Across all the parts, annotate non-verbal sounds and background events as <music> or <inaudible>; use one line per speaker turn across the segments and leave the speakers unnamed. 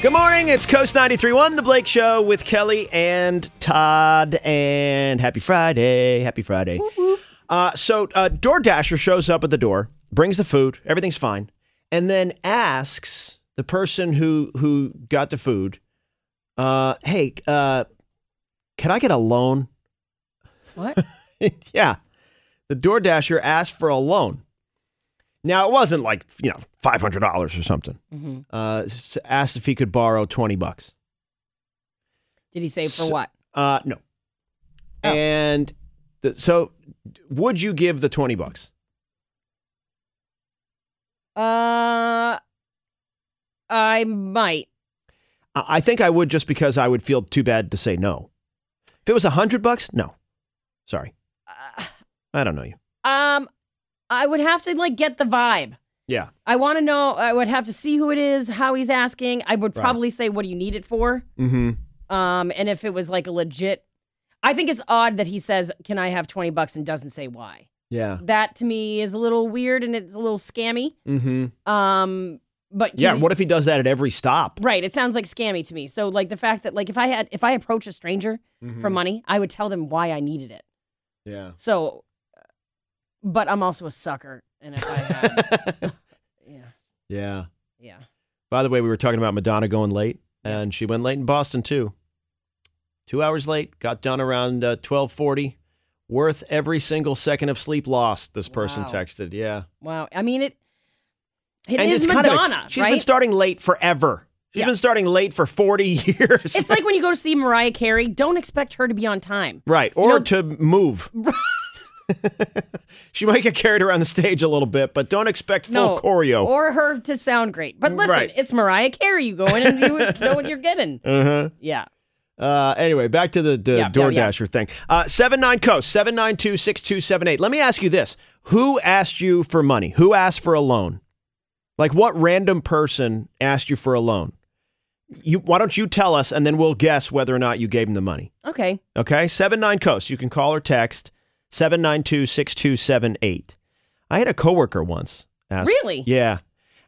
Good morning. It's Coast 931, The Blake Show with Kelly and Todd. And happy Friday. Happy Friday. Uh, so, uh, DoorDasher shows up at the door, brings the food, everything's fine, and then asks the person who, who got the food, uh, Hey, uh, can I get a loan? <laughs>
What?
yeah. The DoorDasher asked for a loan. Now, it wasn't like, you know, $500 or something.
Mm-hmm.
Uh, s- asked if he could borrow 20 bucks.
Did he say for
So-
what?
Uh, no.
Oh.
And the, so would you give the 20 bucks?
Uh, I might.
I I think I would just because I would feel too bad to say no. If it was a 100 bucks, no. Sorry. I don't know you.
Uh, Um, I would have to like get the vibe.
Yeah.
I want to know. I would have to see who it is, how he's asking. I would
Right.
probably say, "What do you need it for?"
Mm-hmm.
Um, and if it was like a legit, I think it's odd that he says, "Can I have twenty bucks?" and doesn't say why.
Yeah.
That to me is a little weird and it's a little scammy.
Mm-hmm.
Um, but 'cause
Yeah.
he-
What if he does that at every stop?
Right. It sounds like scammy to me. So like the fact that like if I had if I approach a stranger
Hmm.
for money, I would tell them why I needed it.
<laughs> Yeah.
So, uh, but I'm also a sucker, and if I
<laughs>
had, yeah,
yeah.
yeah.
By the way, we were talking about Madonna going late, and she went late in Boston too. Two hours late, got done around uh, twelve forty. Worth every single second of sleep lost. This person
Wow.
texted, yeah.
Wow. I mean it. It is
and it's kind of ex-
Madonna,
She's
right?
been starting late forever. She's
Yeah.
been starting late for forty <laughs> years.
it's like when you go to see Mariah Carey. Don't expect her to be on time.
right,
know-
or to
<laughs>
move. <laughs> she might get carried around the stage a little bit, but don't expect full
no
choreo.
or her to sound great. But listen,
Right.
it's Mariah Carey. You go in and you know what you're getting.
uh-huh.
Yeah.
Uh, anyway, back to the, the
Yeah, yeah,
DoorDasher thing. Uh, 79 Coast, 792 6278. Let me ask you this Who asked you for money? Who asked for a loan? Like, what random person asked you for a loan? You, why don't you tell us and then we'll guess whether or not you gave them the money?
Okay.
Okay, 79 Coast. You can call or text 792 6278. I had a coworker once. Ask,
Really?
Yeah.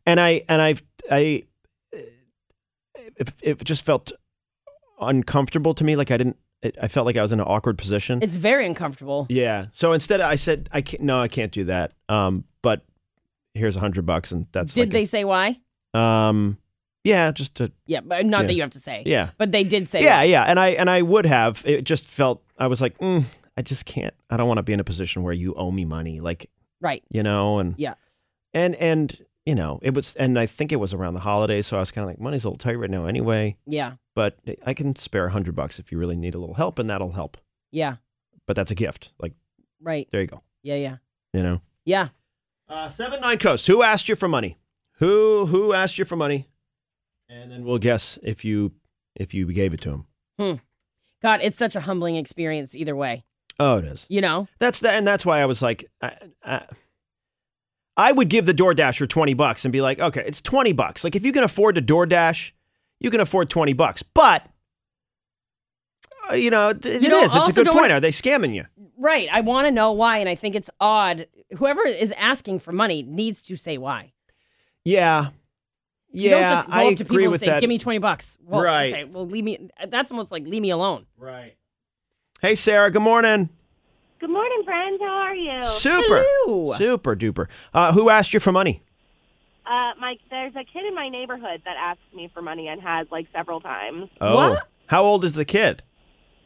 And I, and I've, I, it, it just felt uncomfortable to me. Like I didn't, it, I felt like I was in an awkward position.
It's very uncomfortable.
yeah. So instead, I said, I can't, no, I can't do that. Um, but here's a hundred bucks. And that's
Did
like
they say why?
a- um, yeah, just to,
Yeah, but not
Yeah.
that you have to say.
Yeah.
But they did say
yeah
that.
yeah and i and i would have it just felt i was like mm, i just can't i don't want to be in a position where you owe me money like
Right.
you know and
Yeah.
and and you know it was and i think it was around the holidays so i was kind of like money's a little tight right now anyway
Yeah.
but i can spare a hundred bucks if you really need a little help and that'll help
Yeah.
but that's a gift like
Right.
there you go
Yeah. Yeah.
you know
Yeah.
uh, seven nine coast who asked you for money who who asked you for money and then we'll guess if you if you gave it to him
God, it's such a humbling experience either way.
oh it is
You know?
That's the, and that's why I was like, I, I, I would give the DoorDasher twenty bucks and be like, okay, it's twenty bucks. Like if you can afford to DoorDash, you can afford twenty bucks. But uh, you know, th- it
You know,
is. It's a
also
good
don't
point.
wanna-
Are they scamming you?
Right. I want to know why. And I think it's odd. Whoever is asking for money needs to say why.
Yeah, yeah.
you don't just go
I
up to
agree
people
with
and say,
that.
give me 20 bucks. Well,
Right.
Okay, well, leave me. That's almost like, leave me alone.
right. Hey, Sarah. Good morning.
Good morning, friends. How are you?
Super,
Hello.
super duper. Uh, who asked you for money?
Uh, my there's a kid in my neighborhood that asked me for money and has like several times.
Oh,
What?
how old is the kid? <laughs>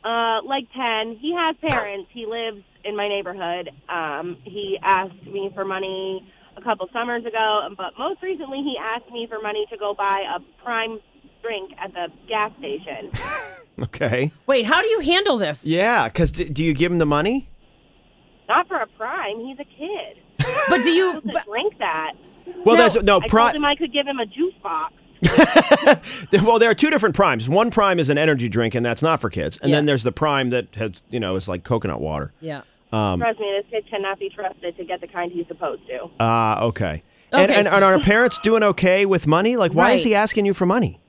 Uh, like ten. He has parents. He lives in my neighborhood. Um, he asked me for money a couple summers ago, but most recently he asked me for money to go buy a prime drink at the gas station.
Okay.
Wait, how do you handle this?
Yeah, because d- do you give him the money?
Not for a prime. He's a kid.
But do you.
He
But,
doesn't drink that.
Well,
No,
that's no.
I
pri-
told him I could give him a juice box.
well, there are two different primes. One prime is an energy drink, and that's not for kids. And then
Yeah.
there's the prime that has, you know, is like coconut water.
yeah.
Um,
Trust me, this kid cannot be trusted to get the kind he's supposed to.
Ah, okay. And,
Okay,
and,
so-
and are parents doing okay with money? Like, why is
Right.
he asking you for money?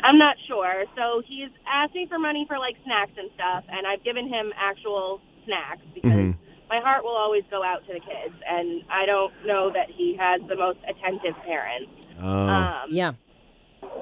I'm not sure. So he's asked me for money for like snacks and stuff, and I've given him actual snacks because
Mm-hmm.
my heart will always go out to the kids,
Uh,
and I don't know that he has the most attentive parents.
Oh,
Um,
Yeah.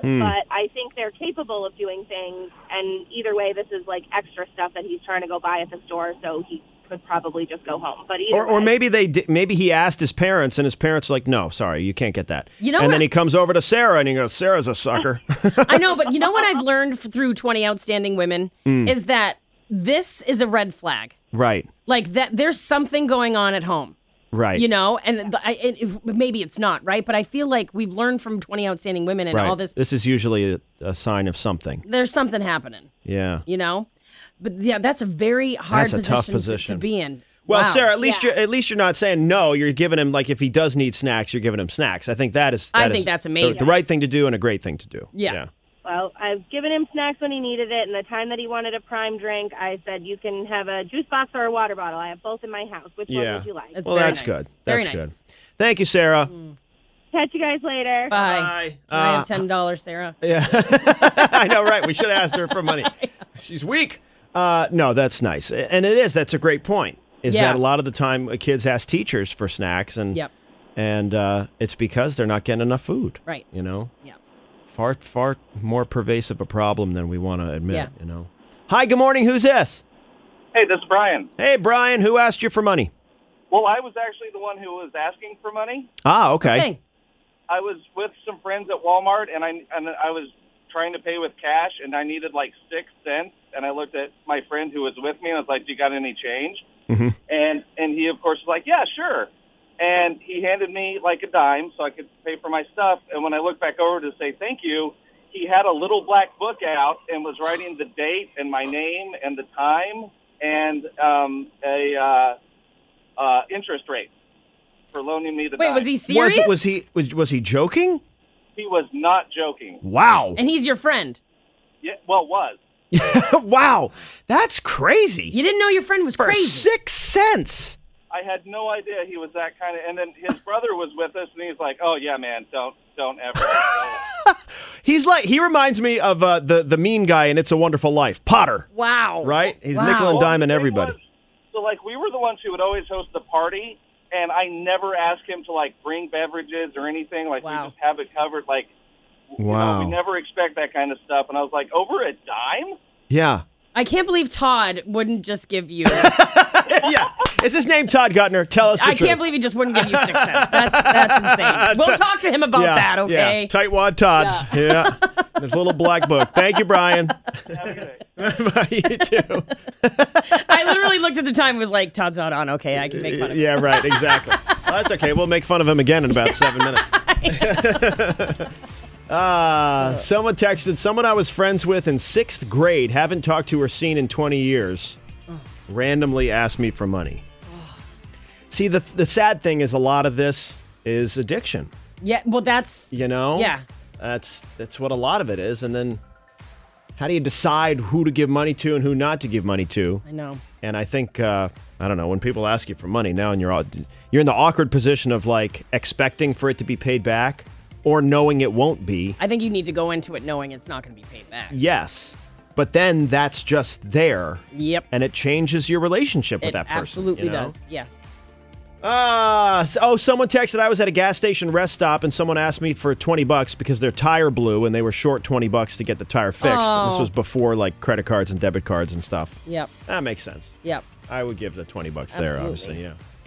Mm.
But I think they're capable of doing things. And either way, this is like extra stuff that he's trying to go buy at the store, so he could probably just go home. But either
Or, or
way-
maybe they di- maybe he asked his parents and his parents were like no sorry you can't get that
You know
and
what
then
I-
he comes over to Sarah and he goes Sarah's a sucker <laughs>
I know, but you know what I've learned f- through 20 Outstanding Women
Hmm.
is that this is a red flag.
right
Like that there's something going on at home.
right
You know, and th- I, it, it- maybe it's not, right? But I feel like we've learned from 20 Outstanding Women and
right
all this,
this is usually a, a sign of something
there's something happening,
yeah
you know? But yeah, that's a very hard
That's a tough
position, to-
position.
To, be in.
well
Wow.
Sarah at least
Yeah.
you're at least you're not saying no you're giving him like if he does need snacks you're giving him snacks I think that is that
I think
is
that's
the- the,
amazing.
right thing to do and a great thing to do
Yeah.
Well, I've given him snacks when he needed it, and the time that he wanted a prime drink, I said, "You can have a juice box or a water bottle. I have both in my house. Which one
Yeah.
would you like?"
That's
well
very
that's
nice.
good
Very
that's
nice. Mm.
good thank you Sarah
Catch you guys later.
Bye.
Bye. Uh,
Can I have ten dollars, Sarah.
<laughs> I know, right? We should have asked her for
<laughs>
money. She's weak. Uh, no, that's nice, and it is. That's a great point. Is
Yeah.
that a lot of the time uh, kids ask teachers for snacks, and
Yep.
and uh, it's because they're not getting enough food.
Right.
You know,
Yeah.
far far more pervasive a problem than we want to admit.
Yeah.
You know. Hi. Good morning. Who's this?
Hey, this is Brian.
Hey, Brian. Who asked you for money?
Well, I was actually the one who was asking for money.
Ah, okay.
Thing.
I was with some friends at Walmart, and I and I was trying to pay with cash, and I needed like six cents. And I looked at my friend who was with me, and I was like, "Do you got any change?"
Mhm.
And and he of course was like, "Yeah, sure." And he handed me like a dime so I could pay for my stuff. And when I looked back over to say thank you, he had a little black book out and was writing the date and my name and the time and um, a uh, uh, interest rate for loaning me the
Wait,
dime.
was he serious?
Was was he was, was he joking?
He was not joking.
Wow.
<laughs> And he's your friend.
Yeah, well, was.
<laughs> wow. That's crazy.
You didn't know your friend was
for
crazy.
six cents.
I had no idea he was that kind of. And then his brother was with us, and he's like, "Oh yeah, man, don't don't ever."
He's like he reminds me of uh, the the mean guy in It's a Wonderful Life, Potter.
Wow.
Right? He's
wow.
nickel <laughs> and
Well,
diming
the thing
everybody.
was- so like we were the ones who would always host the party, and I never asked him to like bring beverages or anything. Like
Wow.
we just have it covered. Like you know,
Wow.
we never expect that kind of stuff. And I was like, over a dime.
<laughs>
Yeah.
I can't believe Todd wouldn't just give
<laughs>
you.
yeah. Is his name Todd Gutner? Tell us the
I
truth.
can't believe he just wouldn't give you six cents. That's that's
<laughs>
insane. We'll talk to him about
yeah,
that. Okay.
Yeah. Tightwad Todd. Yeah.
<laughs>
There's a little black book. Thank you, Brian.
Have a good day.
you <laughs> too.
I literally looked at the time and was like, Todd's not on. Okay, I can make fun of him.
Yeah, right,
<laughs>
exactly. Well, that's okay. We'll make fun of him again in about seven minutes. <laughs> uh, someone texted someone I was friends with in sixth grade, haven't talked to or seen in 20 years, randomly asked me for money. See, the, the sad thing is a lot of this is addiction,
Yeah. Well, that's
you know?
Yeah.
That's, that's what a lot of it is. And then how do you decide who to give money to and who not to give money to?
I know.
And I think uh, I don't know when people ask you for money now, and you're all, you're in the awkward position of like expecting for it to be paid back, or knowing it won't be.
I think you need to go into it knowing it's not going to be paid back.
Yes, but then that's just there,
Yep.
and it changes your relationship with
it
that person.
absolutely
you know?
does. Yes.
Ah, s- oh, someone texted. I was at a gas station rest stop, and someone asked me for twenty bucks because their tire blew, and they were short twenty bucks to get the tire fixed. And This
Oh.
was before like credit cards and debit cards and stuff.
Yep.
That makes sense.
Yep.
I would give the twenty bucks there,
Absolutely.
obviously. Yeah.